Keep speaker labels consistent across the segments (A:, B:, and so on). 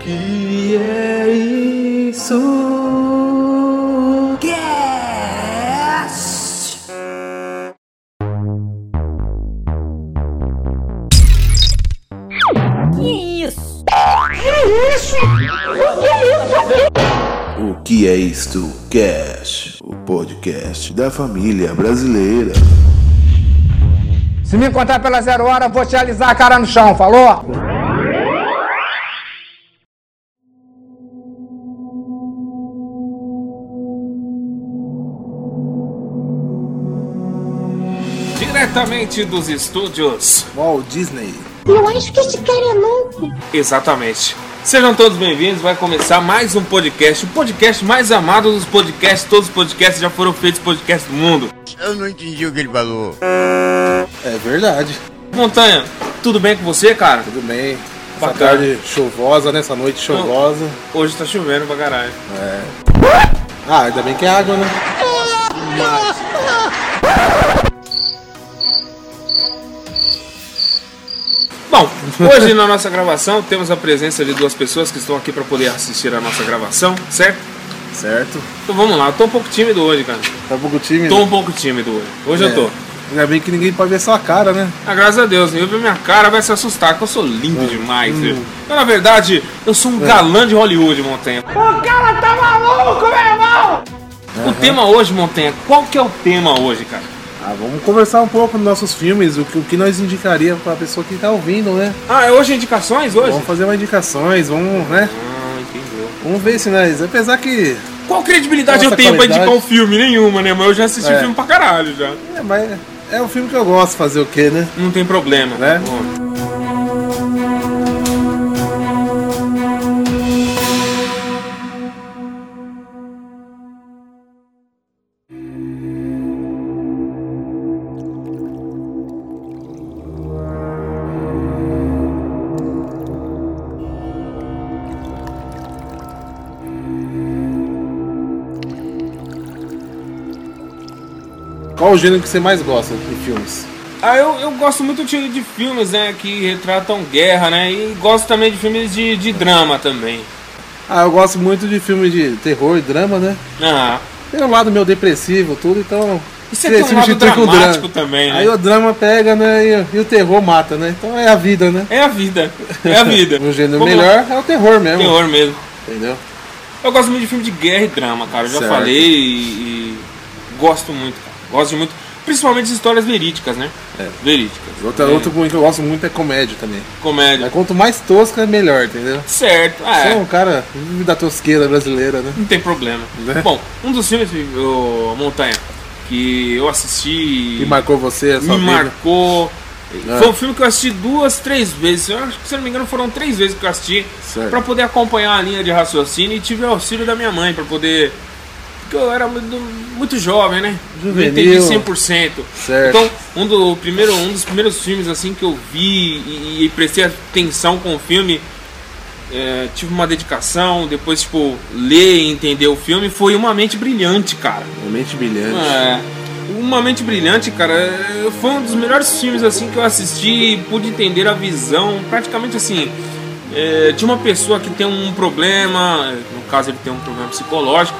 A: que é isso? é Cast!
B: Que isso?
C: é O que é isto? Cash, o podcast da família brasileira.
D: Se me encontrar pela zero hora, eu vou te alisar a cara no chão, falou?
E: Diretamente dos estúdios.
C: Walt Disney.
F: Eu acho que esse cara é louco.
E: Exatamente. Sejam todos bem-vindos. Vai começar mais um podcast. O podcast mais amado dos podcasts. Todos os podcasts já foram feitos podcasts do mundo.
G: Eu não entendi o que ele falou.
H: É verdade.
E: Montanha, tudo bem com você, cara?
H: Tudo bem.
E: Bacana.
H: Essa tarde chuvosa, né? Essa noite chuvosa.
E: Hoje tá chovendo pra caralho.
H: Ah, ainda bem que é água, né?
E: Bom, hoje na nossa gravação temos a presença de duas pessoas que estão aqui pra poder assistir a nossa gravação, certo?
H: Certo.
E: Então vamos lá. Eu tô um pouco tímido hoje, cara.
H: Tá pouco time.
E: Tô um pouco tímido hoje. Hoje
H: É.
E: eu tô.
H: Ainda bem que ninguém pode ver sua cara, né?
E: Ah, graças a Deus, eu ver minha cara vai se assustar, que eu sou
H: É.
E: lindo demais.
H: Hum.
E: viu? Eu, na verdade, eu sou um galã de Hollywood, Montanha. O cara tá maluco, meu irmão! O tema hoje, Montanha, qual que é o tema hoje, cara?
H: Ah, vamos conversar um pouco dos nossos filmes, o que, o que nós indicaria pra pessoa que tá ouvindo, né?
E: Ah, é hoje indicações hoje?
H: Vamos fazer umas indicações, vamos, né?
E: Ah, entendeu.
H: Vamos ver se nós. Apesar que.
E: Qual credibilidade
H: Nossa
E: eu tenho pra
H: qualidade.
E: indicar um filme? Nenhuma, né? Mas eu já assisti
H: É.
E: filme pra caralho já.
H: É, mas é um filme que eu gosto fazer o quê, né?
E: Não tem problema. tá
H: Né?
E: Bom.
H: Qual o gênero que você mais gosta de filmes?
E: Ah, eu, eu gosto muito de, de filmes, né? Que retratam guerra, né? E gosto também de filmes de, de drama também.
H: Ah, eu gosto muito de filmes de terror e drama, né?
E: Ah,
H: Tem um lado meu depressivo, tudo, então.
E: Isso é que é um
H: esse
E: lado
H: filme com
E: dramático também, né?
H: Aí o drama pega, né? E, e o terror mata, né? Então é a vida, né?
E: É a vida. É a vida.
H: O gênero
E: Como
H: melhor é o terror mesmo.
E: Terror mesmo.
H: Entendeu?
E: Eu gosto muito de filme de guerra e drama, cara. Eu já
H: Certo.
E: falei e, e gosto muito, cara. Gosto de muito. Principalmente de histórias verídicas, né?
H: É.
E: Verídicas.
H: Outra,
E: É.
H: Outro ruim que eu gosto muito é comédia também.
E: Comédia.
H: Mas quanto mais tosca, melhor, entendeu?
E: Certo. Ah,
H: Você é
E: é. Hum.
H: um cara vive da tosqueira brasileira, né?
E: Não tem problema.
H: Né?
E: Bom, um dos filmes, o Montanha, que eu assisti.
H: E marcou você, a
E: me
H: sua vida.
E: marcou.
H: É.
E: Foi um filme que eu assisti duas, três vezes. Eu acho que, se eu não me engano, foram três vezes que eu assisti
H: Certo.
E: pra poder acompanhar a linha de raciocínio e tive o auxílio da minha mãe pra poder. Porque eu era muito, muito jovem, né?
H: Juvenil.
E: Não entendi 100%.
H: Certo.
E: Então, um, do, o primeiro, um dos primeiros filmes assim que eu vi e, e prestei atenção com o filme, é, tive uma dedicação, depois, tipo, ler e entender o filme, foi Uma Mente Brilhante, cara.
H: Uma mente brilhante.
E: É. Uma Mente Brilhante, cara, é, foi um dos melhores filmes assim que eu assisti e pude entender a visão, praticamente assim, é, de uma pessoa que tem um problema, no caso ele tem um problema psicológico,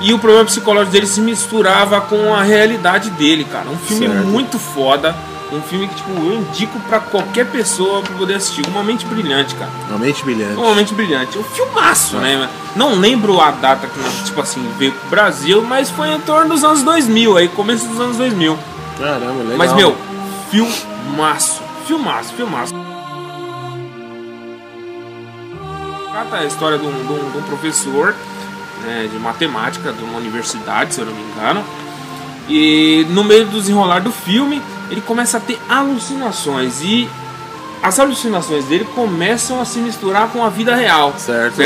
E: e o problema psicológico dele se misturava com a realidade dele, cara. Um filme
H: Certo.
E: muito foda, um filme que tipo, eu indico pra qualquer pessoa pra poder assistir. Uma Mente Brilhante, cara.
H: Uma mente brilhante.
E: Um momento brilhante. Um filmaço, né? Não lembro a data que, nós, tipo assim, veio pro Brasil, mas foi em torno dos anos 2000, aí começo dos anos 2000.
H: Caramba, legal.
E: Mas, meu, filmaço. Filmaço, filmaço. Trata a história de um, de um- de um professor né, de matemática de uma universidade, se eu não me engano. E no meio do desenrolar do filme, ele começa a ter alucinações. E as alucinações dele começam a se misturar com a vida real.
H: Certo.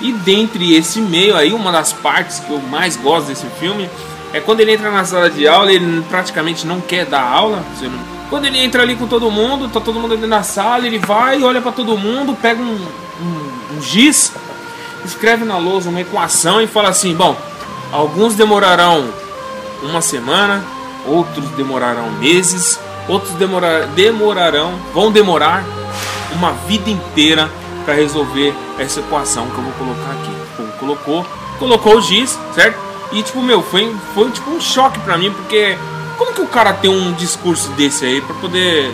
E: E dentre esse meio aí, uma das partes que eu mais gosto desse filme é quando ele entra na sala de aula, ele praticamente não quer dar aula. se eu não- Quando ele entra ali com todo mundo, tá todo mundo dentro da sala, ele vai, olha pra todo mundo, pega um, um- um giz, escreve na lousa uma equação e fala assim: bom, alguns demorarão uma semana, outros demorarão meses, outros demora- demorarão, vão demorar uma vida inteira para resolver essa equação que eu vou colocar aqui. Pum, colocou, colocou o giz, certo? E tipo, meu, foi, foi tipo um choque para mim, porque como que o cara tem um discurso desse aí para poder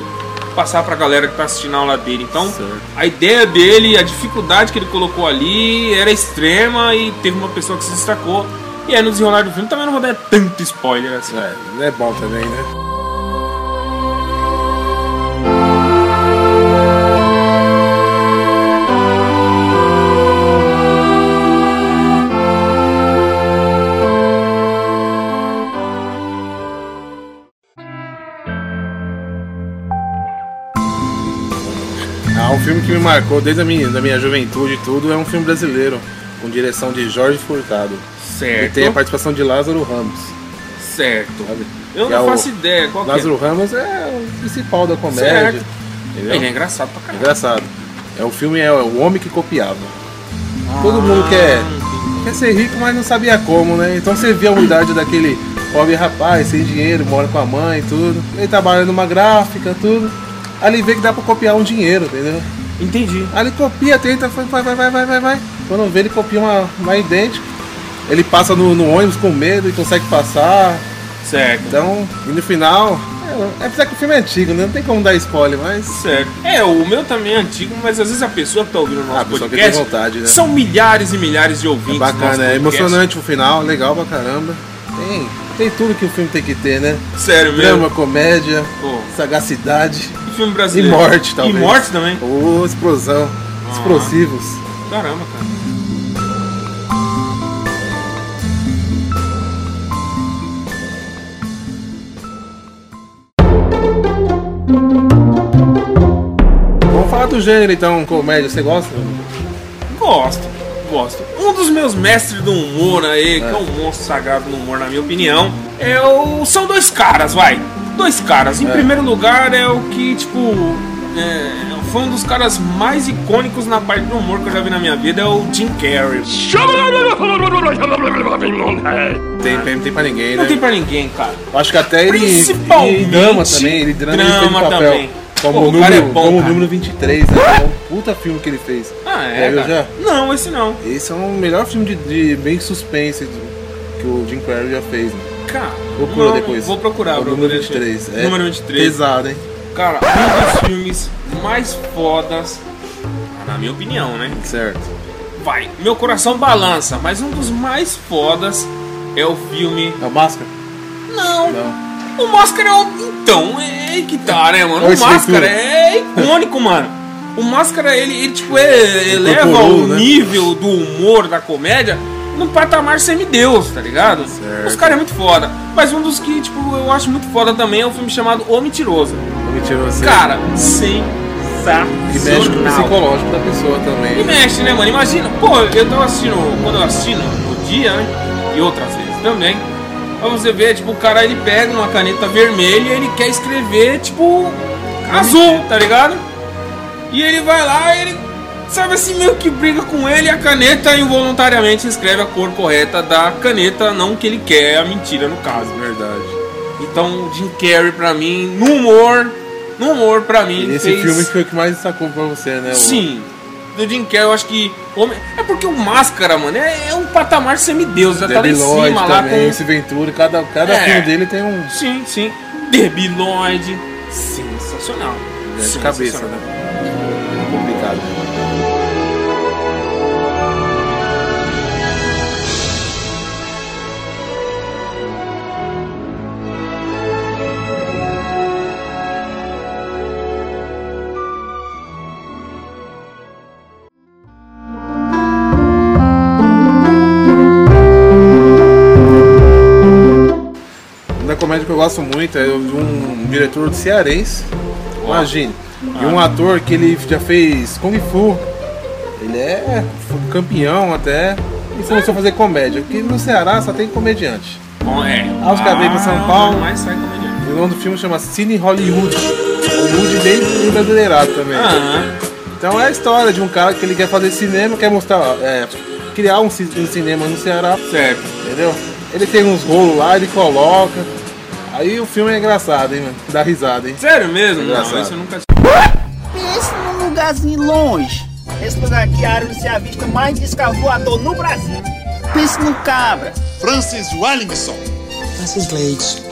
E: passar pra galera que tá assistindo a aula dele? Então, a ideia dele, a dificuldade que ele colocou ali era extrema e teve uma pessoa que se destacou. E aí no desenrolar do filme também não vou dar tanto spoiler assim.
H: É, não é bom também, né? Ah, um filme que me marcou desde a minha, da minha juventude e tudo é um filme brasileiro, com direção de Jorge Furtado. E
E: Certo.
H: tem a participação de Lázaro Ramos,
E: Certo.
H: sabe?
E: Eu
H: Que é
E: não
H: o-
E: faço ideia qual que é.
H: Lázaro Ramos é o principal da comédia.
E: Certo.
H: entendeu?
E: Ele é engraçado pra caralho.
H: Engraçado. É o filme é o homem que copiava.
E: Ah,
H: Todo mundo quer, quer ser rico, mas não sabia como, né? Então você vê a humildade daquele pobre rapaz, sem dinheiro, mora com a mãe e tudo. Ele trabalha numa gráfica, tudo. Ali vê que dá pra copiar um dinheiro, entendeu?
E: Entendi.
H: Aí ele copia, tenta, vai, vai, vai, vai, vai, vai, vai. Quando vê, ele copia uma, uma idêntica. Ele passa no, no ônibus com medo e consegue passar.
E: Certo.
H: Então, e no final. É, é apesar que o filme é antigo, né? Não tem como dar spoiler, mas.
E: Certo. É, o meu também é antigo, mas às vezes a pessoa que tá ouvindo o nosso
H: Ah, a pessoa que
E: podcast
H: tem vontade, né?
E: são milhares e milhares de ouvintes.
H: É
E: do nosso
H: bacana, é
E: podcast.
H: emocionante o final, legal pra caramba. Tem, tem tudo que o filme tem que ter, né?
E: Sério mesmo.
H: Drama, comédia,
E: Pô.
H: sagacidade
E: E filme
H: e
E: brasileiro.
H: morte, talvez.
E: E morte também.
H: Ou explosão, explosivos.
E: Caramba, cara.
H: Vamos falar do gênero então, comédia, você gosta?
E: Gosto, gosto. Um dos meus mestres do humor aí, que é um monstro sagrado do humor, na minha opinião, é o. São dois caras, vai. Dois caras. Em primeiro lugar, é o que, tipo. é, foi um dos caras mais icônicos na parte do humor que eu já vi na minha vida, é o Jim Carrey.
H: Tem, tem, tem pra ninguém, né?
E: Não tem pra ninguém, cara.
H: Eu Acho que até ele.
E: Principalmente
H: Ele drama também, ele drama, ele fez
E: drama
H: um papel.
E: também.
H: Como,
E: Pô,
H: o
E: o cara
H: número, um,
E: é bom,
H: como o
E: cara.
H: número 23, né? É um puta filme que ele fez.
E: Ah,
H: Já
E: é.
H: viu
E: cara?
H: já?
E: Não, esse não.
H: Esse é o melhor filme de, de bem suspense do- que o Jim Carrey já fez, né?
E: Cara,
H: Procura
E: não,
H: depois.
E: Vou procurar,
H: É o
E: bro.
H: número 23. É
E: Número 23.
H: Pesado, hein?
E: Cara, um dos filmes mais fodas, na minha opinião, né?
H: Certo.
E: Vai, meu coração balança, mas um dos mais fodas é o filme.
H: É o Máscara?
E: Não,
H: Não.
E: o Máscara é um. Então, é aí que tá, né, mano?
H: Olha
E: O
H: esse
E: Máscara
H: leitura.
E: é icônico, mano. O Máscara, ele, ele, tipo, é- eleva
H: Incorporou,
E: o
H: né?
E: nível do humor da comédia num patamar semideus, tá ligado?
H: Certo.
E: Os caras é muito foda. Mas um dos que, tipo, eu acho muito foda também é um filme chamado O Mentiroso.
H: Vou mentir pra você.
E: Cara,
H: que mexe com o é
E: sensacional.
H: um psicológico da pessoa também.
E: E mexe, né, mano? Imagina, pô, eu tava assistindo, quando eu assino no dia, né? E outras vezes também. Aí você vê, tipo, o cara ele pega uma caneta vermelha e ele quer escrever, tipo, azul, tá ligado? E ele vai lá, ele, sabe assim, meio que briga com ele e a caneta involuntariamente escreve a cor correta da caneta, não que ele quer, é a mentira no caso.
H: Verdade.
E: Então, o Jim Carrey, pra mim, no humor, no humor, pra mim,
H: E
E: ele
H: esse
E: fez...
H: filme foi o que mais destacou pra você, né? O-
E: Sim. Do Jim Carrey, eu acho que. Homem... É porque o Máscara, mano, é, é um patamar semideus. Já tá lá em
H: Debbie Lloyd
E: cima lá
H: também,
E: com.
H: esse Ventura. Cada, cada
E: É.
H: filme dele tem um...
E: Sim, sim. Derby Lloyd. Sensacional.
H: De cabeça,
E: Sensacional.
H: né? Complicado. Uma é comédia que eu gosto muito é de um diretor do cearense, imagine. E um ator que ele já fez Kung Fu. Ele é campeão até. E começou a fazer comédia. Porque no Ceará só tem comediante.
E: Bom, é.
H: Ah, os caras vêm pra São Paulo.
E: Mas sai comediante.
H: O nome do filme chama Cine Hollywood. Hollywood bem bem brasileirado também.
E: Ah,
H: Então é a história de um cara que ele quer fazer cinema, quer mostrar, é, criar um, ci- um cinema no Ceará,
E: certo.
H: entendeu? Ele tem uns rolos lá, ele coloca. Aí o filme é engraçado, hein, mano? Dá risada, hein?
E: Sério mesmo? Não,
H: Engraçado.
E: isso eu nunca
B: Pense num é um lugarzinho longe, Nesse lugar aqui, é a área onde se avista mais escavoador no Brasil. Pense no cabra.
I: Francis Wellington.
J: Francis Leite.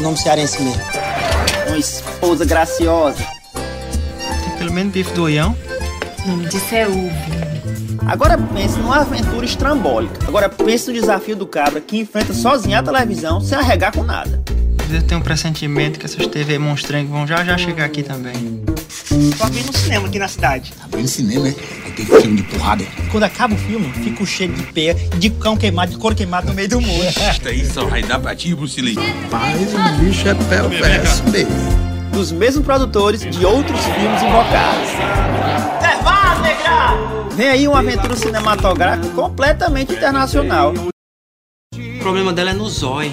J: Nome cearense mesmo.
B: Uma esposa graciosa.
J: Tem pelo menos bife do oião.
K: O nome disso é ovo.
B: Agora pense numa aventura estrambólica. Agora pense no desafio do cabra que enfrenta sozinho a televisão sem arregar com nada.
J: Eu tenho um pressentimento que essas TV monstrangas vão já já chegar aqui também.
B: Tô abrindo um cinema aqui na cidade.
I: Abrindo cinema, né? Vai ter filme de porrada.
J: Quando acaba o filme, fica o cheiro de pé, de cão queimado, de couro queimado no meio do muro.
I: Isso vai dar pra ti, Bruce Lee.
C: Mas o bicho é perverso mesmo.
B: Dos mesmos produtores de outros filmes invocados. Intervalo, negra! Vem aí uma aventura cinematográfica completamente internacional.
J: O problema dela é no zóio.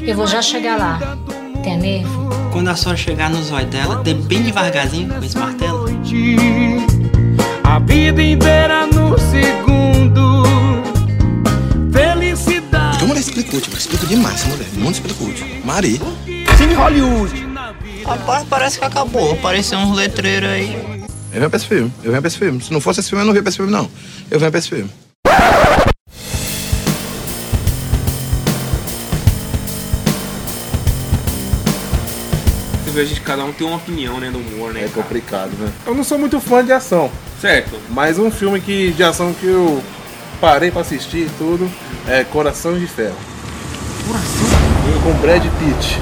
K: Eu vou já chegar lá. Tem nervo?
J: Quando a senhora chegar no zóio dela, dê bem devagarzinho com esse martelo.
A: A vida inteira no segundo. Felicidade.
I: Porque a mulher explicou, tipo, explica demais essa mulher. Muito explicou, tipo. Mari.
B: Cine Hollywood.
J: Rapaz, parece que acabou. Apareceu uns letreiros aí.
I: Eu venho pra esse filme, eu venho pra esse filme. Se não fosse esse filme, eu não via pra esse filme, não. Eu venho pra esse filme.
E: Você vê, a gente, cada um tem uma opinião, né, do humor, né?
H: É
E: cara?
H: complicado, né? Eu não sou muito fã de ação,
E: Certo.
H: mas um filme que, de ação que eu parei pra assistir e tudo é Coração de Ferro. Coração Com Brad Pitt.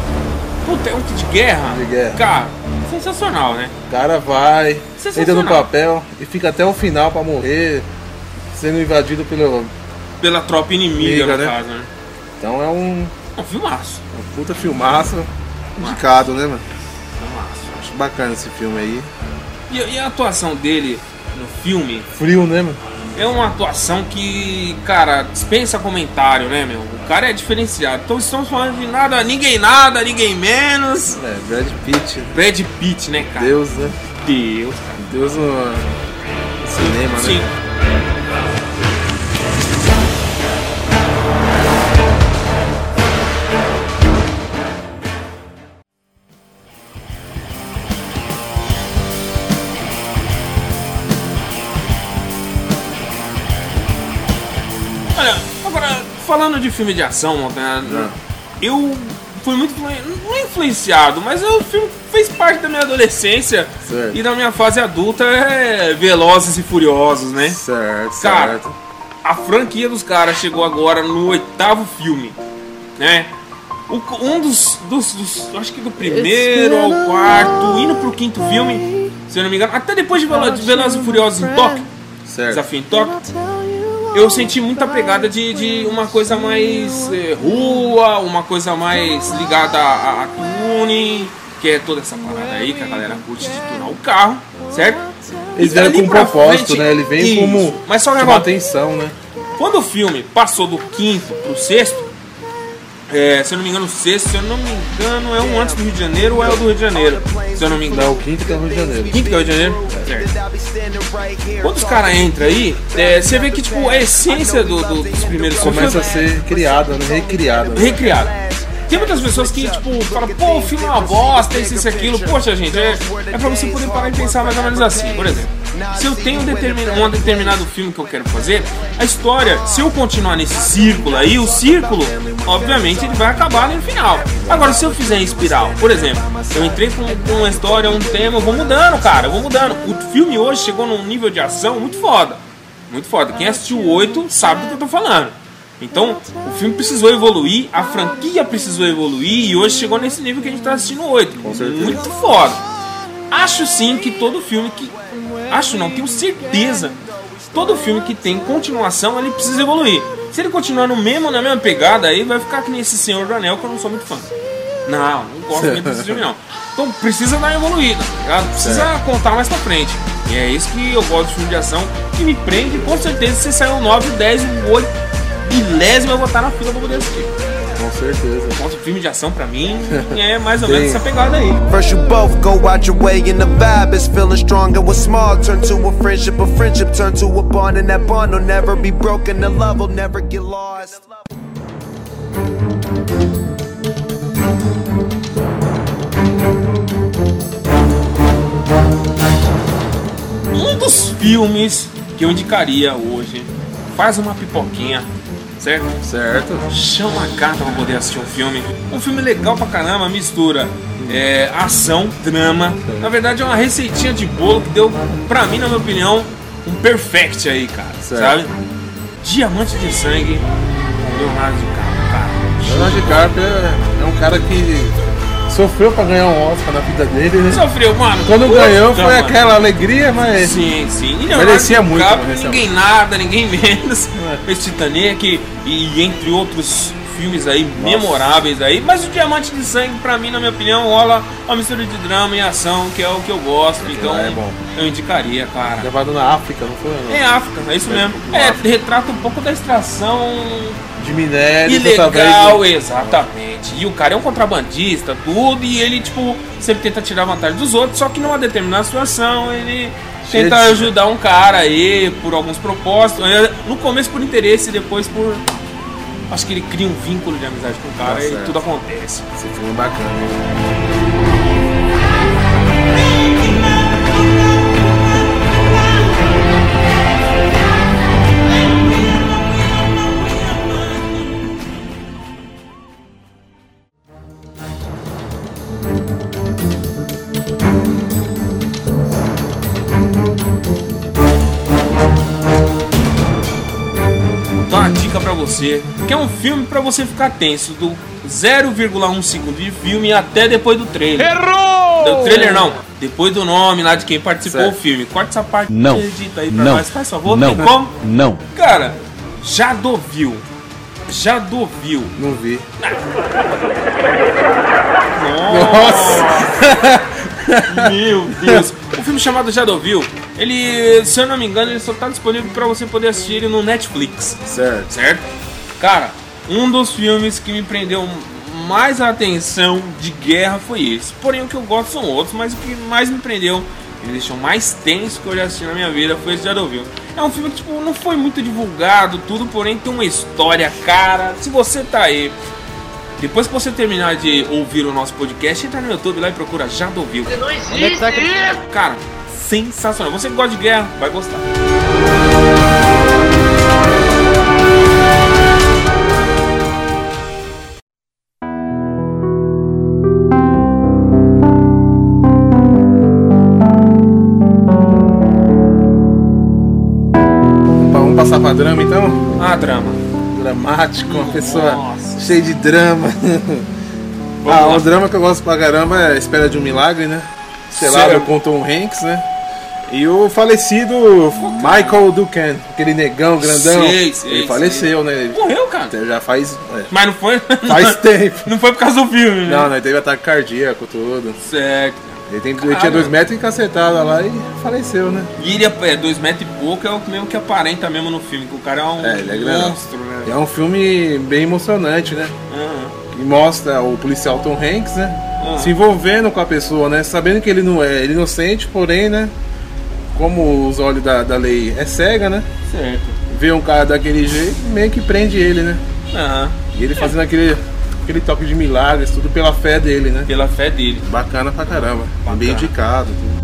E: Puta, é um que de guerra?
H: De guerra.
E: Cara, sensacional, né?
H: O cara vai, entra
E: Sensacional.
H: no papel e fica até o final pra morrer, sendo invadido pelo.
E: Pela tropa inimiga,
H: Inimiga,
E: no
H: né?
E: caso, né?
H: Então é um,
E: Um filmaço.
H: um puta filmaço. Indicado, né, mano? Acho bacana esse filme aí.
E: E, e a atuação dele no filme
H: Frio, né, mano?
E: é uma atuação que, cara, dispensa comentário, né, meu? O cara é diferenciado. Então estamos falando de nada, ninguém nada, ninguém menos.
H: É, Brad Pitt,
E: Brad Pitt, né, cara?
H: Deus, né?
E: Deus, cara.
H: Deus no, no cinema,
E: Sim.
H: né?
E: Olha, agora, falando de filme de ação, Montanha,
H: É.
E: eu fui muito influ- não influenciado, mas o filme que fez parte da minha adolescência
H: Certo.
E: e da minha fase adulta é Velozes e Furiosos, né?
H: Certo,
E: Cara,
H: certo.
E: a franquia dos caras chegou agora no oitavo filme, né? O- um dos, dos, dos- Acho que do primeiro ao quarto, indo pro quinto filme, se eu não me engano, até depois de Velo- de Velozes e Furiosos em Tóquio,
H: certo.
E: Desafio em Tóquio, eu senti muita pegada de, de uma coisa mais eh, rua, uma coisa mais ligada a, a tuning, que é toda essa parada aí que a galera curte de tunar o carro, certo?
H: Eles
E: E
H: vieram
E: dali
H: com um
E: pra
H: propósito,
E: frente-
H: né? Ele vem
E: Isso.
H: como
E: Mas só um que
H: chamar
E: agora,
H: atenção, né?
E: quando o filme passou do quinto pro sexto, é, se eu não me engano, o sexto, se eu não me engano, é um antes do Rio de Janeiro ou é o do Rio de Janeiro, se eu não me engano.
H: Não, o quinto que é o Rio de Janeiro.
E: Quinto que é o Rio de Janeiro? Certo. Quando os caras entram aí, é, você vê que tipo, a essência do, do- dos primeiros
H: Começa a
E: filmes
H: ser criada, né? recriada.
E: foi recriada. Tem muitas pessoas que, tipo, falam, pô, o filme é uma bosta, isso, isso, aquilo. Poxa, gente, é, é pra você poder parar de pensar mais ou menos assim. Por exemplo, se eu tenho determin, um determinado filme que eu quero fazer, a história, se eu continuar nesse círculo aí, o círculo, obviamente, ele vai acabar no final. Agora, se eu fizer em espiral, por exemplo, eu entrei com, com uma história, um tema, eu vou mudando, cara, eu vou mudando. O filme hoje chegou num nível de ação muito foda. Muito foda. Quem assistiu o 8 sabe do que eu tô falando. Então, o filme precisou evoluir, a franquia precisou evoluir e hoje chegou nesse nível que a gente tá assistindo oito.
H: certeza.
E: Muito foda. Acho sim que todo filme que. Acho não, tenho certeza. Todo filme que tem continuação, ele precisa evoluir. Se ele continuar no mesmo, na mesma pegada, aí vai ficar que nem esse Senhor do Anel, que eu não sou muito fã. Não, não gosto muito desse filme, não. Então precisa dar uma evoluída, tá ligado? Precisa contar mais pra frente. E é isso que eu gosto de filme de ação, que me prende. Com certeza, se sair um o 9, o 10, o 8, milésimo, eu vou estar na fila pra poder assistir.
H: Com certeza.
E: Bom, filme um de ação pra mim é mais ou menos essa pegada aí.
L: First you both go out your way and the vibe is feeling strong and what's small turn to a friendship, a friendship turn to a bond and that bond will never be broken, the love will never get lost.
E: Um dos filmes que eu indicaria hoje. Faz uma pipoquinha, certo? Certo. Chama a carta pra poder assistir um filme. Um filme legal pra caramba, mistura é, ação, drama. Na verdade é uma receitinha de bolo que deu, pra mim, na minha opinião, um perfect aí, cara. Sabe? Diamante de Sangue com Leonardo DiCaprio, cara.
H: Leonardo DiCaprio é, é um cara que sofreu pra ganhar um Oscar na vida dele, né?
E: Sofreu, mano.
H: Quando
E: Puta,
H: ganhou foi
E: mano.
H: aquela alegria, mas.
E: Sim, sim. E Leonardo
H: merecia muito. É.
E: DiCaprio,
H: merecia
E: ninguém nada, ninguém menos. Esse Titanic e entre outros filmes aí memoráveis aí. Mas o Diamante de Sangue, pra mim, na minha opinião, rola uma mistura de drama e ação, que é o que eu gosto. Então
H: é bom. É
E: eu indicaria, cara.
H: Levado na África, não foi? Não.
E: Em África, é isso mesmo. É, retrata um pouco da extração
H: De minério,
E: É.
H: né?
E: ilegal,
H: através do-
E: exatamente. E o cara é um contrabandista, tudo, e ele, tipo, sempre tenta tirar vantagem dos outros, só que numa determinada situação ele
H: Cheio
E: tenta
H: de-
E: ajudar um cara aí por alguns propósitos. eh, No começo por interesse, depois por. Acho que ele cria um vínculo de amizade com o cara
H: Tá
E: e
H: certo.
E: tudo acontece.
H: Esse filme é bacana.
E: Dá uma dica pra você, que é um filme pra você ficar tenso, do 0,1 segundo de filme até depois do trailer.
A: Errou!
E: Do trailer não, depois do nome lá de quem participou do filme. Corta essa parte
M: Não.
E: edita aí pra
M: Não.
E: nós, faz favor,
M: não.
E: tem como?
M: Não.
E: Cara, já doviu. Já doviu.
H: Não vi.
E: Nossa! Meu Deus! O filme chamado Jadovil, ele, se eu não me engano, ele só tá disponível pra você poder assistir ele no Netflix.
H: Certo.
E: Certo? Cara, um dos filmes que me prendeu mais a atenção de guerra foi esse. Porém, o que eu gosto são outros, mas o que mais me prendeu, me deixou mais tenso que eu já assisti na minha vida foi esse Jadovil. É um filme que tipo, não foi muito divulgado, tudo, porém tem uma história, cara. Se você tá aí depois que você terminar de ouvir o nosso podcast, entra no YouTube lá e procura Jadovil. Não
C: é tá
E: Cara, sensacional. Você que gosta de guerra, vai gostar.
H: Opa, Vamos passar pra drama então?
E: Ah, drama.
H: Dramático, uma pessoa cheia de drama. ah,
E: lá.
H: um drama que eu gosto pra caramba é a Espera de um Milagre, né? Sei lá,
E: Sério?
H: com Tom Hanks, né? E o falecido Michael Duncan, aquele negão grandão.
E: Sei, sei,
H: ele faleceu, né? Ele
E: Morreu, cara.
H: já faz. é,
E: Mas não foi.
H: faz tempo.
E: Não foi por causa do filme, né?
H: Não, né? Teve ataque cardíaco, tudo.
E: Certo.
H: Ele, tem, ele tinha dois metros e cacetada lá e faleceu, né?
E: E ele é é dois metros e pouco, é o mesmo que aparenta mesmo no filme, que o cara é um
H: É, ele é grandão.
E: monstro, né?
H: É um filme bem emocionante, né?
E: Aham.
H: E mostra o policial Tom Hanks, né?
E: Ah.
H: Se envolvendo com a pessoa, né? Sabendo que ele não é ele é inocente, porém, né? Como os olhos da, da lei é cega, né?
E: Certo.
H: Vê um cara daquele jeito meio que prende ele, né?
E: Aham.
H: E ele fazendo aquele, aquele toque de milagres, tudo pela fé dele, né?
E: Pela fé dele.
H: Bacana pra caramba. Bem indicado. tudo.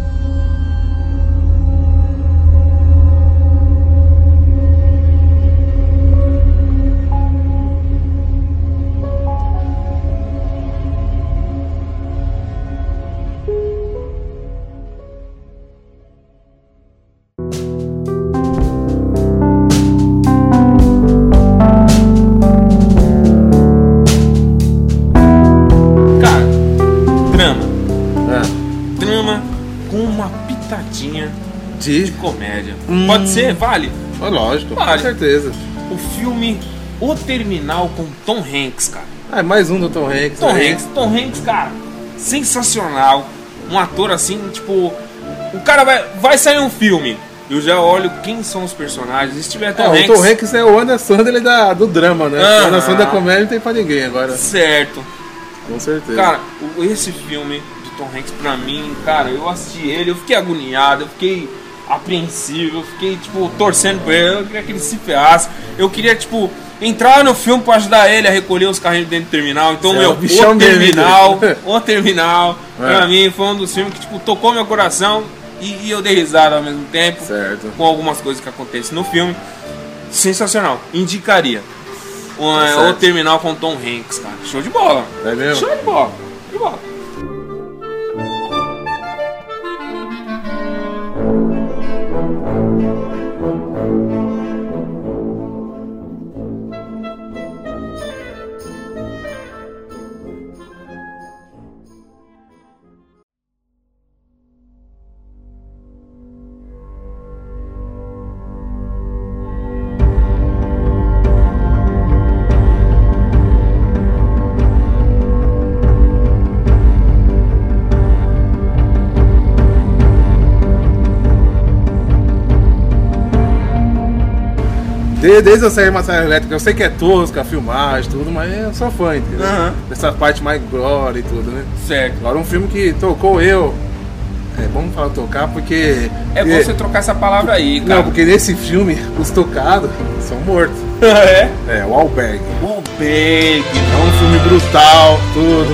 E: Cara, drama.
H: É.
E: Drama com uma pitadinha
H: de,
E: comédia. Pode ser? Vale?
H: Ó, lógico,
E: Vale.
H: com certeza.
E: O filme O Terminal com Tom Hanks, cara.
H: Ah, é mais um do Tom Hanks.
E: Tom
H: né?
E: Hanks, Tom Hanks, cara, sensacional. Um ator assim, tipo. O cara vai, vai sair um filme. Eu já olho quem são os personagens. E Se tiver Tom
H: É,
E: Hanks.
H: o Tom Hanks é o Anderson ele da, do drama, né?
E: Aham.
H: O Anderson da comédia não tem pra ninguém agora.
E: Certo.
H: Com certeza.
E: Cara, o- esse filme do Tom Hanks pra mim, cara, eu assisti ele, eu fiquei agoniado, eu fiquei apreensivo, eu fiquei, tipo, torcendo por ele, eu queria que ele se ferrasse. Eu queria, tipo, entrar no filme pra ajudar ele a recolher os carrinhos dentro do terminal. Então,
H: Você é
E: meu,
H: o bichão
E: o
H: mesmo, hein,
E: terminal,
H: Diego?
E: o terminal,
H: É.
E: pra mim, foi um dos filmes que, tipo, tocou meu coração. e, e eu dei risada ao mesmo tempo. Com algumas coisas que acontecem no filme. Sensacional. Indicaria. O, é,
H: Tá
E: o
H: certo.
E: Terminal com Tom Hanks, cara. Show de bola.
H: É mesmo?
E: Show de bola. Show de bola.
H: De- Desde eu sair Massagem Elétrica, eu sei que é tosca, filmagem, tudo, mas eu sou fã, entendeu? Dessa parte mais glória e tudo, né?
E: Certo.
H: Agora um filme que tocou eu. É, vamos falar tocar porque.
E: É bom você trocar essa palavra aí, cara.
H: Não, porque nesse filme os tocados são mortos.
E: É?
H: É, o Alberg.
E: Alberg.
H: É um filme brutal, tudo.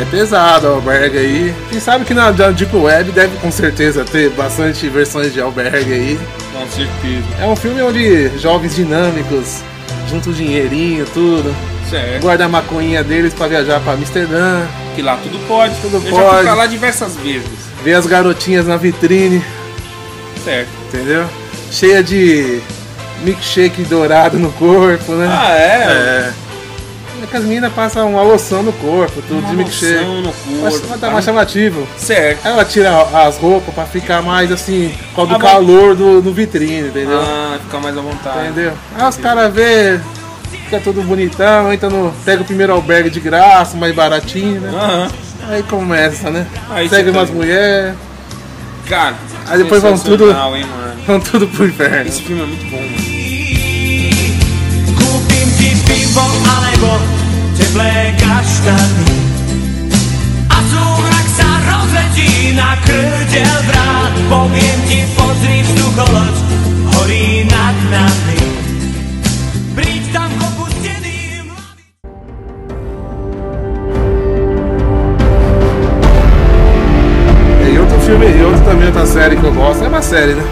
H: É pesado o Alberg aí. Quem sabe que na, na Deep Web deve com certeza ter bastante versões de Alberg aí.
E: Com certeza.
H: É um filme onde jovens dinâmicos juntam um dinheirinho, tudo.
E: Certo.
H: Guarda a maconhinha deles pra viajar pra Amsterdã.
E: Que lá tudo pode, tudo eu já fui
H: pode.
E: pra lá diversas vezes.
H: Ver as garotinhas na vitrine,
E: Certo.
H: entendeu? Cheia de milkshake dourado no corpo, né?
E: Ah, é?
H: É. que as meninas passam uma loção no corpo, tudo
E: Uma
H: de milkshake.
E: loção no
H: Mas
E: corpo,
H: tá
E: tá?
H: mais chamativo.
E: Certo.
H: Aí ela tira as roupas pra ficar mais assim, com o
E: Ah, bom.
H: calor do, do vitrine, entendeu?
E: Ah, fica mais à vontade.
H: Entendeu? Aí os caras vê, fica tudo bonitão, entra no. Pega o primeiro albergue de graça, mais baratinho, né?
E: Aham.
H: Aí começa, né?
E: Ah. Aí
H: Segue
E: você
H: umas
E: tá-
H: mulheres,
E: Cara,
H: aí depois vão tudo.
E: sensacional, Hein, mano?
H: Vão Então, tudo pro inferno.
E: Esse filme é muito bom, mano.
M: Kupim ti pivo, alebo teplé kasztany. A zmrak sa rozletí na krdeľ vrát. Poviem ti, pozri vzducholoď, horí nad nami. Bríď tam kopu stený,
H: É, E outro filme, e outro também, outra série que eu gosto, é uma série, né?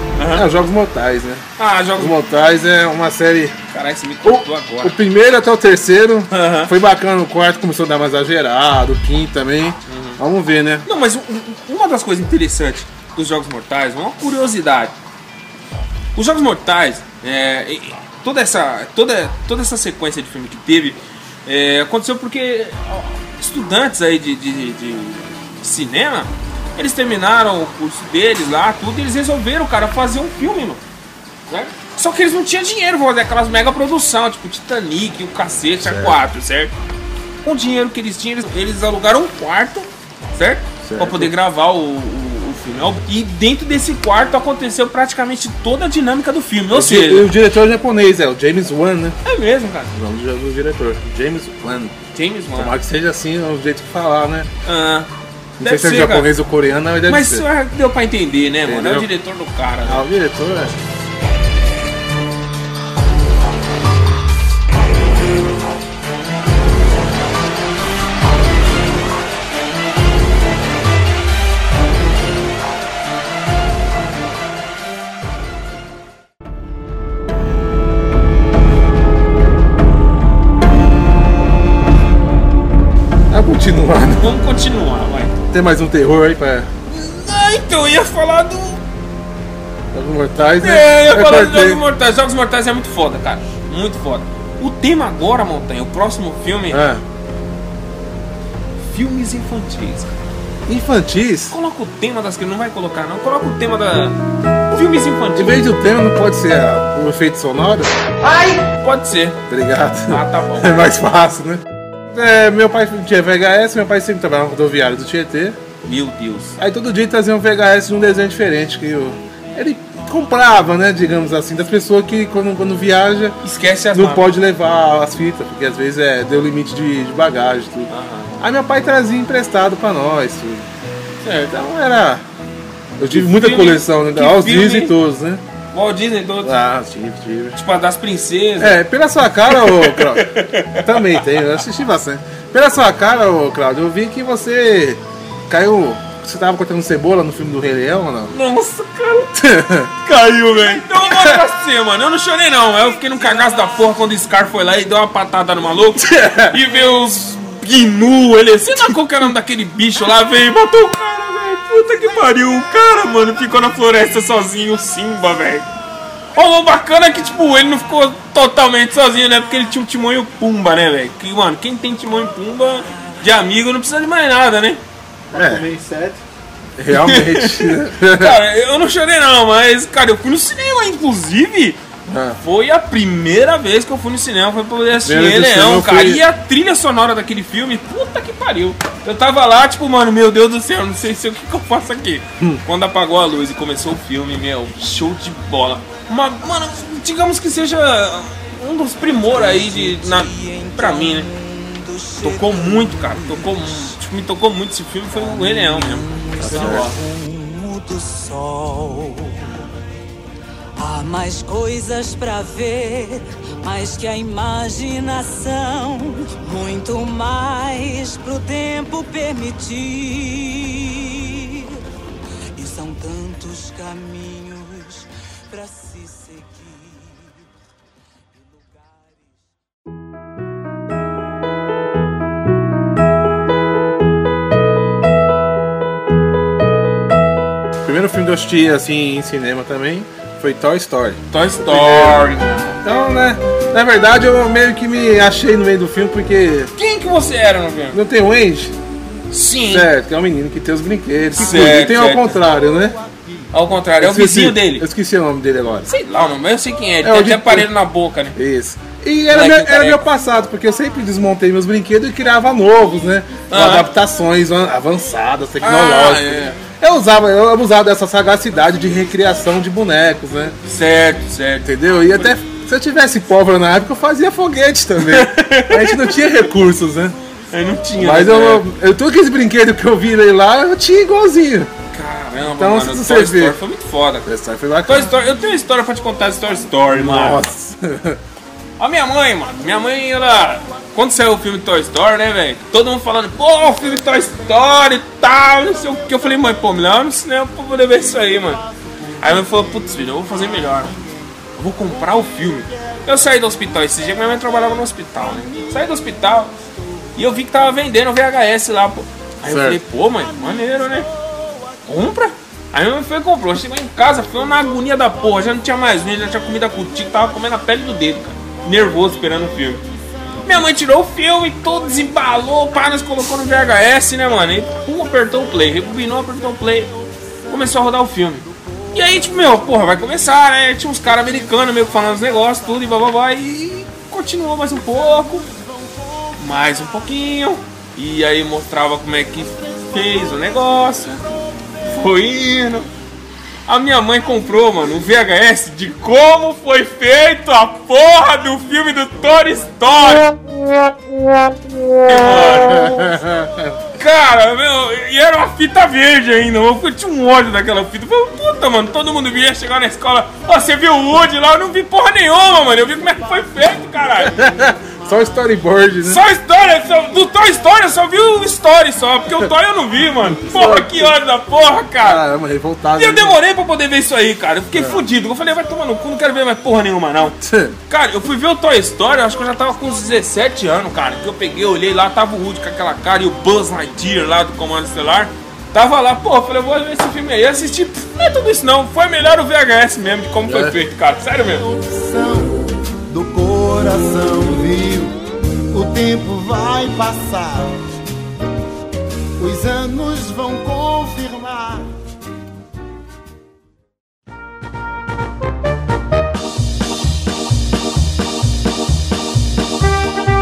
H: É Jogos Mortais, né?
E: Ah, Jogos
H: Mortais é uma série.
E: Caralho, você me cortou
H: O
E: agora.
H: primeiro até o terceiro foi bacana, o quarto começou a dar mais exagerado, o quinto também. Vamos ver, né?
E: Não, mas um- um- uma das coisas interessantes dos Jogos Mortais, uma curiosidade. Os Jogos Mortais, é, e- e toda, essa, toda, toda essa sequência de filme que teve, é, aconteceu porque ó, estudantes aí de, de- de cinema, eles terminaram o curso deles lá, tudo, e eles resolveram, cara, fazer um filme, mano. né? Só que eles não tinham dinheiro pra fazer aquelas mega produção, tipo Titanic, o cacete, a 4, certo? Com o dinheiro que eles tinham, eles, eles alugaram um quarto, certo? Pra poder gravar o, o, o filme. E dentro desse quarto aconteceu praticamente toda a dinâmica do filme. Ou
H: O di-
E: seja,
H: o diretor é japonês é o James Wan, né?
E: é mesmo, cara.
H: O nome do do diretor, James Wan.
E: James Wan.
H: Tomara que seja assim o jeito de falar, né?
E: Ah,
H: Não sei se é
E: cara.
H: japonês ou coreano, mas deve
E: Mas
H: ser.
E: ah, deu pra entender, né, mano? É o
H: Entendeu?
E: diretor do cara.
H: Ah, o diretor é. Tá continuando.
E: Vamos continuar, vai.
H: Tem mais um terror aí pra
E: Ah, então eu ia falar do.
H: Jogos Mortais, né?
E: É, eu ia
H: Aí
E: falar dos
H: cortei.
E: Jogos Mortais. Jogos Mortais é muito foda, cara. Muito foda. O tema agora, Montanha, o próximo filme.
H: É.
E: Filmes infantis.
H: Infantis?
E: Coloca o tema das que não vai colocar, não. Coloca o tema da. Filmes infantis.
H: Em vez do tema, não pode ser ah, o efeito sonoro?
E: Ai! Pode ser.
H: Obrigado.
E: Ah, tá bom.
H: É mais fácil, né? É, meu pai tinha VHS, meu pai sempre trabalhava na rodoviária do Tietê.
E: Meu Deus.
H: Aí todo dia ele trazia um VHS de um desenho diferente que eu... ele comprava, né, digamos assim, das pessoas que quando, quando viaja
E: Esquece as
H: não
E: marcas.
H: pode levar as fitas, porque às vezes é, deu limite de, de bagagem tudo.
E: Ah.
H: Aí meu pai trazia emprestado pra nós, tudo. Então era. Eu tive muita
E: filme-
H: coleção, né?
E: que
H: Aos
E: filme-
H: dias e todos, né?
E: Walt Disney todo.
H: Ah, tive, tive.
E: Tipo, a das princesas.
H: É, pela sua cara, ô Cláudio. Também tem, eu assisti bastante. Pela sua cara, ô Cláudio, eu vi que você caiu Você tava cortando cebola no filme do Rei Leão ou não?
E: Nossa, cara.
H: Caiu, velho.
E: Então bora pra cima, né? Eu não chorei não. Eu fiquei num cagaço da porra quando o Scar foi lá e deu uma patada no maluco. e veio os Gnu, ele sei lá qual que era o nome daquele bicho lá, veio e matou o cara, velho. Puta que pariu. O cara, mano, ficou na floresta sozinho, o Simba, velho. Ó, O bacana é que, tipo, ele não ficou totalmente sozinho, né? Porque ele tinha o Timão e o Pumba, né, velho? Que, mano, quem tem Timão e Pumba de amigo não precisa de mais nada, né?
H: É. Realmente.
E: cara, eu não chorei não, mas, cara, eu fui no cinema, inclusive.
H: Ah.
E: Foi a primeira vez que eu fui no cinema, foi pra poder assistir
H: Primeira
E: Rei
H: vez no cinema
E: Leão,
H: eu
E: cara.
H: fui-
E: E a trilha sonora daquele filme, puta que pariu. Eu tava lá, tipo, mano, meu Deus do céu, não sei se o que, que eu faço aqui.
H: Hum.
E: Quando apagou a luz e começou o filme, meu, show de bola. Uma, mano, digamos que seja um dos primor aí de, na, pra mim, né? Tocou muito, cara. Tocou, mu- tipo, me tocou muito esse filme, foi o Rei Leão mesmo.
H: Tá
E: Show de bola.
N: do sol. Há mais coisas pra ver, mais que a imaginação, muito mais pro tempo permitir. E são tantos caminhos pra se seguir.
H: O primeiro filme que eu assisti assim em cinema também foi Toy Story.
E: Toy
H: Story. Então, né? Na verdade, eu meio que me achei no meio do filme porque.
E: Quem que você era no filme?
H: Não tem um ex?
E: Sim.
H: Certo, que é um menino que tem os brinquedos. Que
E: Certo,
H: cuida. E tem ao
E: certo.
H: contrário, né?
E: Ao contrário, é o vizinho dele.
H: Eu esqueci o nome dele agora.
E: Sei lá, mano, mas eu sei quem é. Ele
H: É,
E: tem
H: o
E: até
H: de-
E: aparelho na boca, né?
H: Isso. E era, meu,
E: Molequinho
H: era
E: careca.
H: meu passado, porque eu sempre desmontei meus brinquedos e criava novos, né? Com
E: Aham.
H: Adaptações an- avançadas, tecnológicas.
E: Ah. é.
H: Eu usava, eu abusava dessa sagacidade de recriação de bonecos, né?
E: Certo, certo.
H: Entendeu? E até se eu tivesse pobre na época, eu fazia foguete também. A gente não tinha recursos, né?
E: Eu não tinha.
H: Mas
E: né,
H: eu,
E: velho?
H: eu, todo aqueles brinquedos que eu vi lá, eu tinha igualzinho.
E: Caramba,
H: Então,
E: mano,
H: se
E: Toy
H: você
E: Story
H: ver.
E: foi muito foda. Toy
H: Story foi bacana.
E: eu tenho uma história pra te contar de Toy Story, mano.
H: Nossa.
E: A minha mãe, mano. Minha mãe, ela. Quando saiu o filme Toy Story, né, velho? Todo mundo falando, pô, o filme Toy Story e tal, não sei o que. Eu falei, mãe, pô, me leva no cinema pra poder ver isso aí, mano. Aí ela falou, putz, filho, eu vou fazer melhor. Eu vou comprar o filme. Eu saí do hospital esse dia, minha mãe trabalhava no hospital, né? Saí do hospital e eu vi que tava vendendo VHS lá, pô. Aí eu
M: Certo.
E: falei, pô, mãe, maneiro, né? Compra? Aí minha mãe foi e comprou. Chegou em casa, foi uma agonia da porra. Já não tinha mais unha, já tinha comida cutica, tava comendo a pele do dedo, cara. Nervoso esperando o filme. Minha mãe tirou o filme, todo desembalou, pá, nós colocou no VHS, né, mano? E pum, apertou o play, rebobinou, apertou o play, começou a rodar o filme. E aí, tipo, meu, porra, vai começar, né? Tinha uns caras americanos meio que falando os negócios, tudo, e blá blá blá, e continuou mais um pouco, mais um pouquinho, e aí mostrava como é que fez o negócio, foi indo. A minha mãe comprou, mano, um VHS de como foi feito a porra do filme do Toy Story. Cara, meu, e era uma fita verde ainda. Eu tinha um ódio daquela fita. Eu falei, puta, mano, todo mundo via chegar na escola. Ó, você viu o Woody lá? Eu não vi porra nenhuma, mano. Eu vi como é que foi feito, caralho.
H: Só o storyboard, né?
E: Só história, só, do Toy Story eu só vi o Story só, porque o Toy eu não vi, mano. Porra, que ódio da porra, cara.
H: Caramba, revoltado.
E: E eu
H: né?
E: demorei pra poder ver isso aí, cara. Eu fiquei fudido. Eu falei, vai tomar no cu, não quero ver mais porra nenhuma, não. cara, eu fui ver o Toy Story, eu acho que eu já tava com uns 17 anos, cara. Que eu peguei, olhei lá, tava o Woody com aquela cara e o Buzz Lightyear lá do Comando Estelar. Tava lá, pô, eu falei, eu vou ver esse filme aí. Assisti, pff, não é tudo isso não. Foi melhor o VHS mesmo, de como foi
M: É.
E: feito, cara. Sério mesmo.
O: do coração viu. O tempo vai passar, os anos vão confirmar.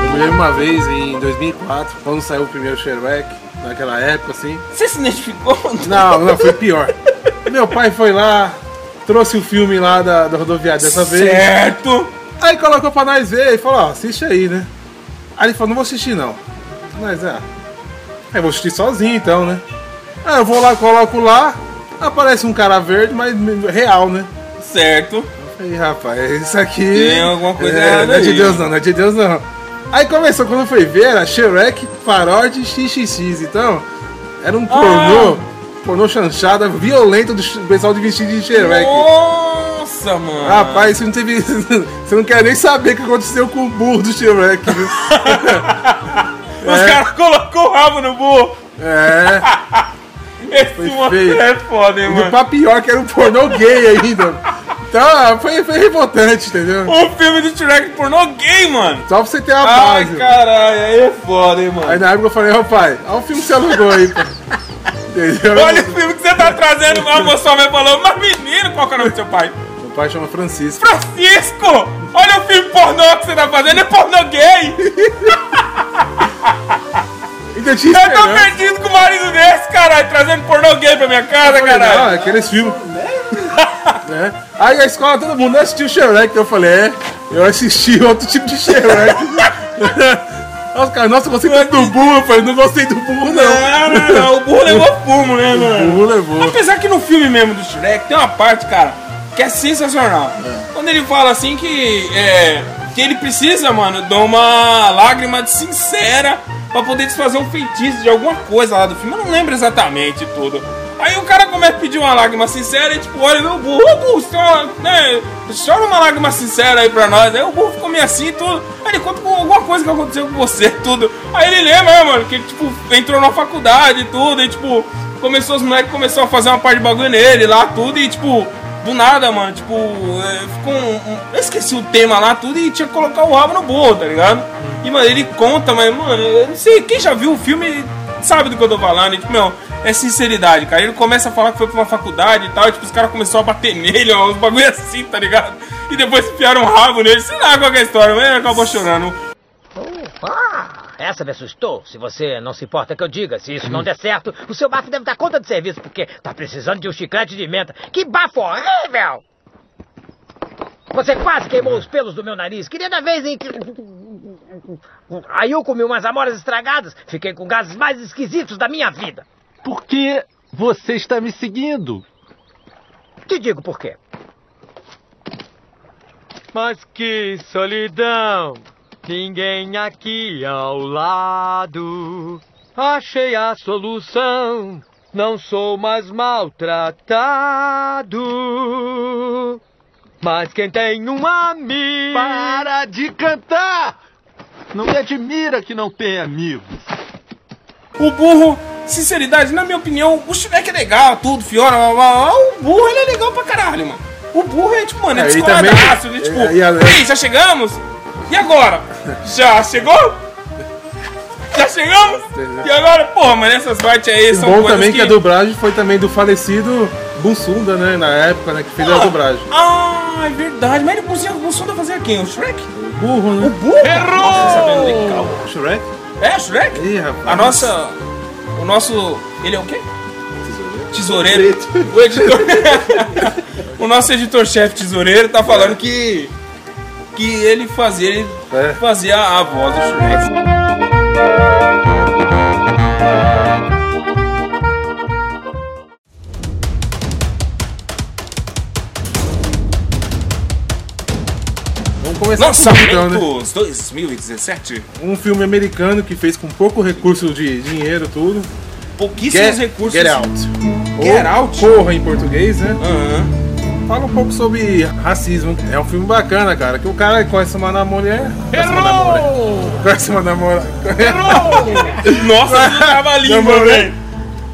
H: Eu me lembro uma vez em 2004, quando saiu o primeiro Shrek, naquela época assim.
E: Você se identificou?
H: Não, não, foi pior. Meu pai foi lá, trouxe o filme lá da, da rodoviária dessa vez.
E: Certo!
H: Aí colocou pra nós ver e falou: ó, assiste aí, né? Aí ele falou: não vou assistir não. Mas ah, eu vou assistir sozinho então, né? Aí eu vou lá, coloco lá, aparece um cara verde, mas real, né?
E: Certo.
H: Aí, rapaz, isso aqui.
E: Tem alguma coisa
H: é,
E: errada
H: Não é de
E: aí.
H: Deus, não, não é de Deus, não. Aí começou, quando
E: Ah!
H: foi ver, era Shrek, paródia XXX. Então, era um pornô pornô chanchada violenta do ch- pessoal de vestido de xereque.
E: Nossa, mano.
H: é Rapaz, isso não teve. Você não quer nem saber o que aconteceu com o burro do xereque.
E: Os caras colocou o rabo no burro.
H: É.
E: Esse moleque é foda, hein,
H: E
E: mano.
H: o papior que era um pornô gay ainda. Então, ah, foi, foi revoltante, entendeu?
E: Um filme de Shrek pornô gay, mano.
H: Só pra você ter uma
E: Ai,
H: base.
E: caralho, aí é foda, hein, mano.
H: Aí na época eu falei, ô pai, olha o filme que você alugou aí, pô. Entendeu?
E: Olha o filme que você tá trazendo, mas a moça me falou, mas menino, qual que é o nome do seu pai?
H: Meu pai chama Francisco.
E: Francisco! Olha o filme pornô que você tá fazendo, é pornô gay!
H: Ainda tinha
E: Eu tô
H: esperança.
E: perdido com o marido desse, caralho, trazendo pornô gay pra minha casa, caralho. É?
H: Não, é aqueles filmes. Né? Aí na escola todo mundo assistiu o Shrek, eu falei, é, eu assisti outro tipo de Shrek. Nossa, cara, nossa, eu gostei tanto do burro, eu falei, não gostei do burro, não.
E: Não, não, não, o burro levou fumo, né, mano?
H: O burro levou.
E: Apesar que no filme mesmo do Shrek tem uma parte, cara, que é sensacional.
H: É.
E: Quando ele fala assim que é, que ele precisa, mano, de uma lágrima de sincera pra poder desfazer um feitiço de alguma coisa lá do filme. Eu não lembro exatamente tudo. Aí o cara começa a pedir uma lágrima sincera e tipo, olha meu burro, ô burro, chora, né, chora uma lágrima sincera aí pra nós. Aí o burro ficou meio assim e tudo. Aí ele conta com alguma coisa que aconteceu com você tudo. Aí ele lembra, mano, que ele tipo, entrou na faculdade e tudo, e tipo, começou os moleques começaram a fazer uma parte de bagulho nele lá, tudo, e tipo, do nada, mano, tipo, é, ficou um, um- Eu esqueci o tema lá, tudo, e tinha que colocar o rabo no burro, tá ligado? E, mano, ele conta, mas, mano, eu não sei, quem já viu o filme sabe do que eu tô falando, e, tipo, meu, é sinceridade, cara. Ele começa a falar que foi pra uma faculdade e tal, e, tipo, os caras começaram a bater nele, ó, uns bagulho assim, tá ligado? E depois enfiaram um rabo nele, sei lá qual que é a história, mas ele acabou chorando.
P: Ah, essa me assustou. Se você não se importa que eu diga, se isso não der certo, o seu bafo deve dar conta do serviço, porque tá precisando de um chiclete de menta. Que bafo horrível! Você quase queimou os pelos do meu nariz. Queria da vez em que. Aí eu comi umas amoras estragadas, fiquei com gases mais esquisitos da minha vida. Por que você está me seguindo? Te digo por quê.
Q: Mas que solidão, ninguém aqui ao lado. Achei a solução, não sou mais maltratado. Mas quem tem um amigo. Para de cantar!
R: Não me admira que não tenha amigos.
E: O burro, sinceridade, na minha opinião, o Shrek é legal, tudo, Fiora, blá, blá, blá. o burro ele é legal pra caralho, mano. O burro é tipo, mano, é
H: Aí
E: descoladaço,
H: também-
E: ele é tipo,
H: aí a-
E: ei, já chegamos? E agora? Já chegou? Já chegamos? E agora, porra, mano, essas partes aí são
H: Bom
E: coisas
H: também é que... a dublagem foi também do falecido Bussunda, né? Na época, né? Que fez a dublagem.
E: Ah, é verdade, mas ele conseguiu o som fazer quem? O Shrek?
H: O burro, né?
E: O burro? Errou! Sabendo legal.
H: Shrek?
E: É, Shrek?
H: Ih, rapaz.
E: A nossa. O nosso. Ele é o quê? Tesoureiro. O editor. o nosso editor-chefe tesoureiro tá falando que. Que ele fazia. Ele
H: É.
E: fazia a voz do Shrek.
H: Vamos começar
E: Lançamentos
H: tudo, então, né?
E: 2017.
H: Um filme americano que fez com pouco recurso de dinheiro, tudo.
E: Pouquíssimos recursos.
H: é Get Out.
E: Get
H: Ou
E: Out?
H: Corra em português, né? Fala um pouco sobre racismo. É um filme bacana, cara. Que o cara conhece uma na mulher. Errou! Conhece uma namora.
E: Nossa, eu tava É, língua,
H: Namorou.
E: velho.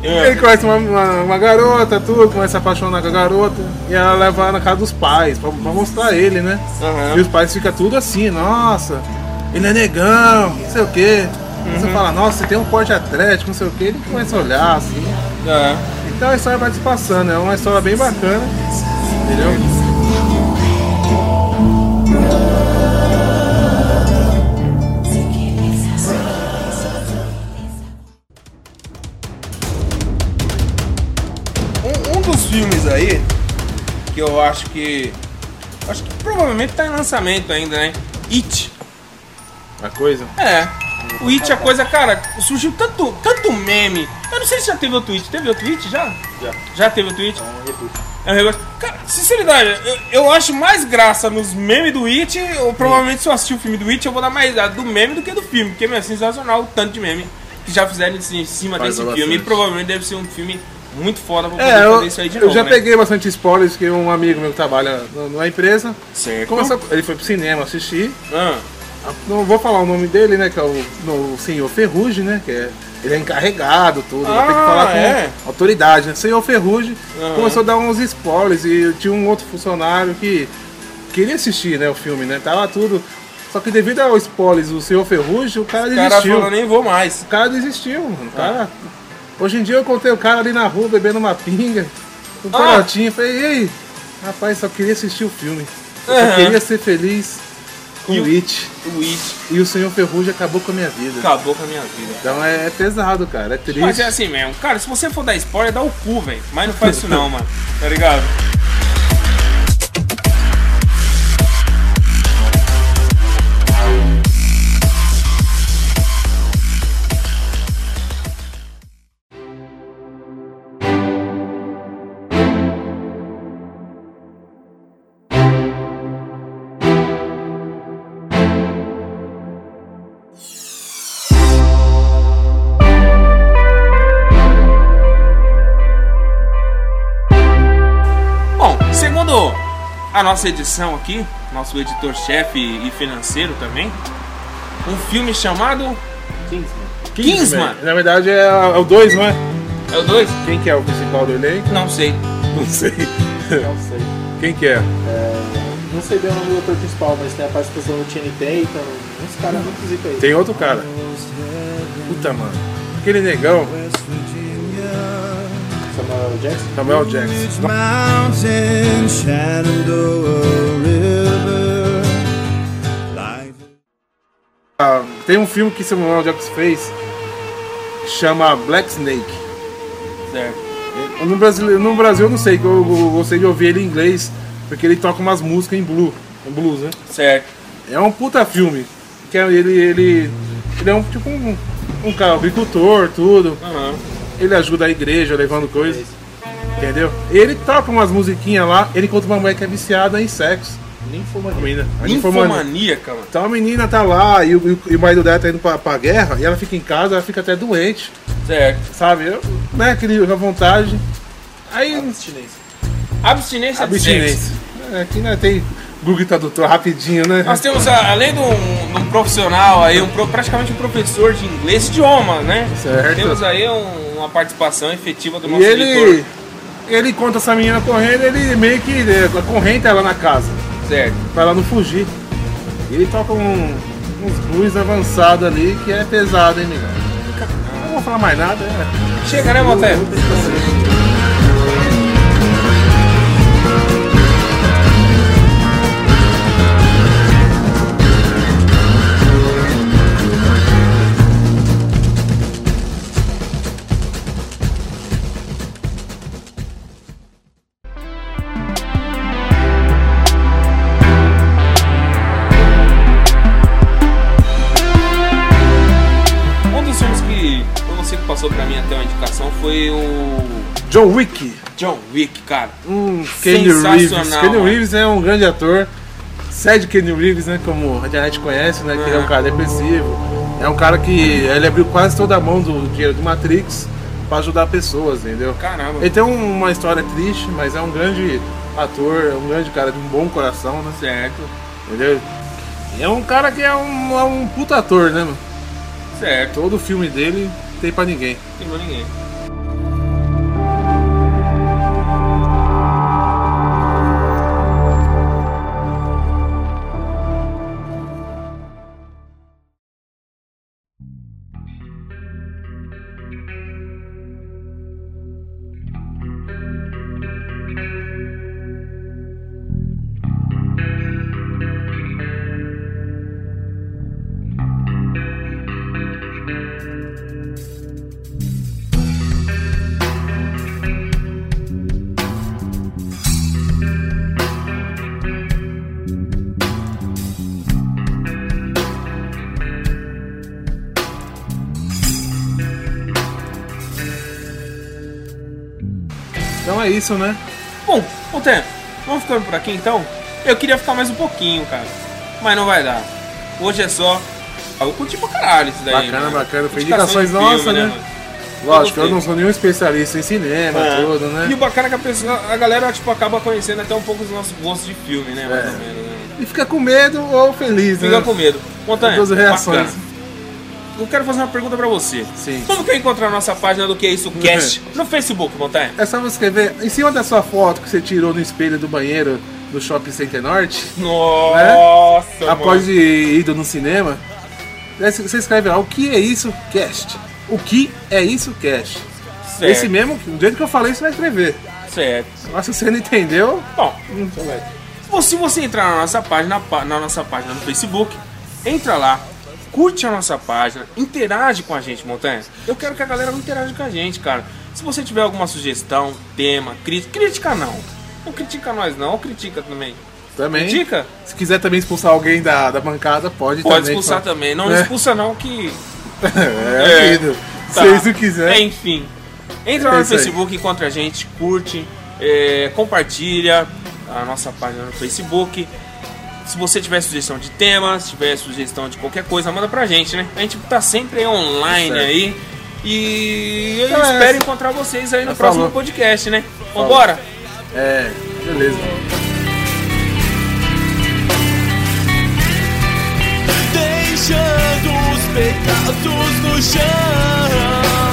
H: Ele conhece uma, uma, uma garota, tudo, começa a apaixonar com a garota. E ela leva ela na casa dos pais, pra, pra mostrar ele, né? E os pais ficam tudo assim, nossa, ele é negão, não sei o quê. Você fala, nossa, você tem um porte atlético, não sei o quê. Ele começa a olhar, assim.
E: é.
H: Então a história vai se passando, é uma história bem bacana. Entendeu?
E: Um, um dos filmes aí que eu acho que. Acho que provavelmente tá em lançamento ainda, né? It.
H: A coisa?
E: É. O It, a coisa, cara, surgiu tanto, tanto meme. Eu não sei se já teve o tweet. Teve o tweet já? Já. Já teve o tweet? É um reboot. Cara, sinceridade, eu, eu acho mais graça nos memes do It. Ou provavelmente se eu assistir o filme do It, eu vou dar mais risada do meme do que do filme. Porque meu, é sensacional o tanto de meme que já fizeram em cima
H: Faz
E: desse
H: bastante.
E: filme. E provavelmente deve ser um filme muito foda pra poder
H: É, eu,
E: fazer isso aí de
H: eu
E: novo.
H: já
E: né?
H: peguei bastante spoilers, que um amigo meu que trabalha na- na empresa.
E: Certo.
H: Começou, ele foi pro cinema assistir.
E: Ah.
H: Não vou falar o nome dele, né? Que é o, no- o senhor Ferrugem, né? Que é, ele é encarregado, tudo.
E: Ah,
H: tem que falar com
E: é? Ah.
H: autoridade, né? Senhor Ferrugem
E: Aham.
H: começou a dar uns spoilers e tinha um outro funcionário que queria assistir, né? O filme, né? Tava tudo. Só que devido aos spoilers do senhor Ferrugem, o cara
E: cara
H: desistiu.
E: falou, "Nem vou mais.
H: O cara desistiu, mano. O cara... Hoje em dia eu encontrei o cara ali na rua bebendo uma pinga, um
E: Ah.
H: corotinho. Falei, e aí? Rapaz, só queria assistir o filme. Eu só
E: Aham.
H: queria ser feliz com
E: E
H: o
E: o-
H: It.
E: O It.
H: E o Senhor Ferrugem acabou com a minha vida.
E: Acabou com a minha vida.
H: Então é, é pesado, cara. É triste.
E: Mas é assim mesmo. Cara, se você for dar spoiler, dá o cu, velho. Mas não faz isso não, mano. Tá ligado? Bom, segundo a nossa edição aqui, nosso editor-chefe e financeiro também, um filme chamado Kingsman.
H: Na verdade é, é o 2, não é?
E: É o 2?
H: Quem que é o principal do elenco?
E: Não sei.
H: Não sei.
S: Não sei.
H: Quem que é?
S: É, não sei bem o nome do ator principal, mas tem a participação do Channing Tatum, uns caras muito zica aí.
H: Tem outro cara. Puta, mano. Aquele negão.
S: Samuel Jackson?
H: Samuel Jackson.
M: Mountain, Shenandoah River.
H: Ah, tem um filme que Samuel Jackson fez que chama Black Snake.
E: Certo.
H: No Brasil, no Brasil eu não sei, que eu, eu gostei de ouvir ele em inglês, porque ele toca umas músicas em blue, em blues, né?
E: Certo.
H: É um puta filme. Que é- ele, ele, ele é um tipo um, um cara agricultor, tudo. Ele ajuda a igreja levando coisas. Entendeu? Ele toca umas musiquinhas lá, ele conta uma mulher que é viciada em sexo. Ninfomania. A ninfomania.
E: Ninfomaníaca, mano.
H: Então a menina tá lá e o, e o marido dela tá indo pra, pra guerra e ela fica em casa, ela fica até doente.
E: Certo.
H: Sabe? Eu, né, aquele, a vontade. Aí.
S: Abstinência.
E: Abstinência,
H: Abstinência. É, aqui né, tem Google Tradutor rapidinho, né?
E: Nós temos, a- além de um, de um profissional aí, um, pro- praticamente um professor de inglês idioma, né?
H: Certo.
E: Temos aí um- uma participação efetiva do
H: E
E: nosso
H: ele,
E: editor.
H: ele conta essa menina correndo, ele meio que é, correnta ela na casa.
E: Certo.
H: Pra ela não fugir. E ele toca um, uns blues avançados ali que é pesado, hein, menino? Não vou falar mais nada, né?
E: Chega, né, Monteiro? Um dos filmes que eu não sei que passou pra mim até uma indicação foi o.
H: John Wick.
E: John Wick, cara.
H: Hum, Kenny Reeves.
E: Sensacional,
H: Kenny
E: mano.
H: Reeves é um grande ator. Sede Kenny Reeves, né? Como a internet conhece, né? Que ele é um cara depressivo. É um cara que ele abriu quase toda a mão do dinheiro do Matrix pra ajudar pessoas, entendeu?
E: Caramba.
H: Ele tem um- uma história triste, mas é um grande ator, é um grande cara de um bom coração, né?
E: Certo.
H: Entendeu? E é um cara que é um, é um puta ator, né, mano?
E: Certo.
H: Todo filme dele tem pra ninguém.
E: Tem pra ninguém.
H: Então é isso, né?
E: Bom, Monteiro, vamos ficando por aqui então? Eu queria ficar mais um pouquinho, cara. Mas não vai dar. Hoje é só. Ah, Eu curti pra caralho isso daí.
H: Bacana,
E: mano.
H: bacana. Foi
E: Indicação de
H: indicações nossas, né?
E: mano?
H: Lógico, eu não sou nenhum especialista em cinema,
E: É.
H: tudo, né?
E: E o bacana é que a, pessoa, a galera tipo, acaba conhecendo até um pouco os nossos gostos de filme, né?
H: É.
E: Mais ou menos, né?
H: E fica com medo ou feliz, né?
E: Fica com medo. Montanha,
H: Duas reações.
E: bacana. Eu quero fazer uma pergunta pra você. Sim. Como que eu encontro a nossa página do Que É Isso Cast no Facebook, Montanha?
H: É só você escrever em cima da sua foto que você tirou no espelho do banheiro do Shopping Center Norte.
E: Nossa, mano.
H: Após de ido no cinema. daí Você escreve lá, o que é isso, cast? O que é isso, cast?
E: Certo.
H: Esse mesmo, do jeito que eu falei, você vai escrever.
E: Certo.
H: Mas se você não entendeu...
E: Bom, Ou se você entrar na nossa página, pa- na nossa página no Facebook, entra lá, curte a nossa página, interage com a gente, Montanha. Eu quero que a galera interaja com a gente, cara. Se você tiver alguma sugestão, tema, crítica, crítica não. Não critica nós não, ou critica também.
H: Também.
E: Critica?
H: Se quiser também expulsar alguém da, da bancada, pode,
E: Pode
H: também.
E: expulsar
H: Fala-
E: também. Não
H: É.
E: expulsa não que.
H: É, querido.
E: Tá.
H: Se eles não quiser.
E: Enfim. Entra lá
H: É
E: no
H: isso aí.
E: Facebook, encontra a gente, curte, é, compartilha a nossa página no Facebook. Se você tiver sugestão de tema, se tiver sugestão de qualquer coisa, manda pra gente, né? A gente tá sempre aí online
H: Tá Certo.
E: aí. E eu
H: Então é
E: espero
H: essa.
E: encontrar vocês aí no
H: Já
E: próximo
H: falou.
E: podcast, né? Vambora?
H: É, beleza.
N: deixando os pecados no chão.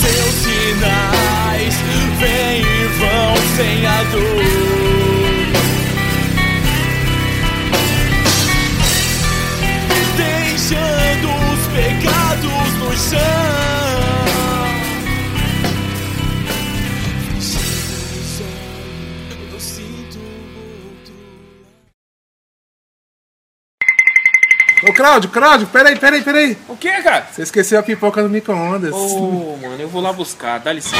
N: Seus sinais vêm e vão sem a dor. Deixando os pecados no chão. Eu sinto
H: Ô, Cláudio, Cláudio, peraí, peraí, peraí.
E: O que, cara?
H: Você esqueceu a pipoca no micro-ondas.
E: Ô, mano, eu vou lá buscar, dá licença.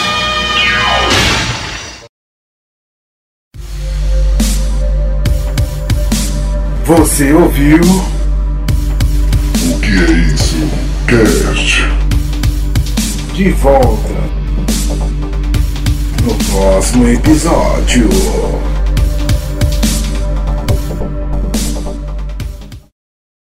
H: Você ouviu?
C: O que é isso, cast?
H: De volta
C: no próximo episódio.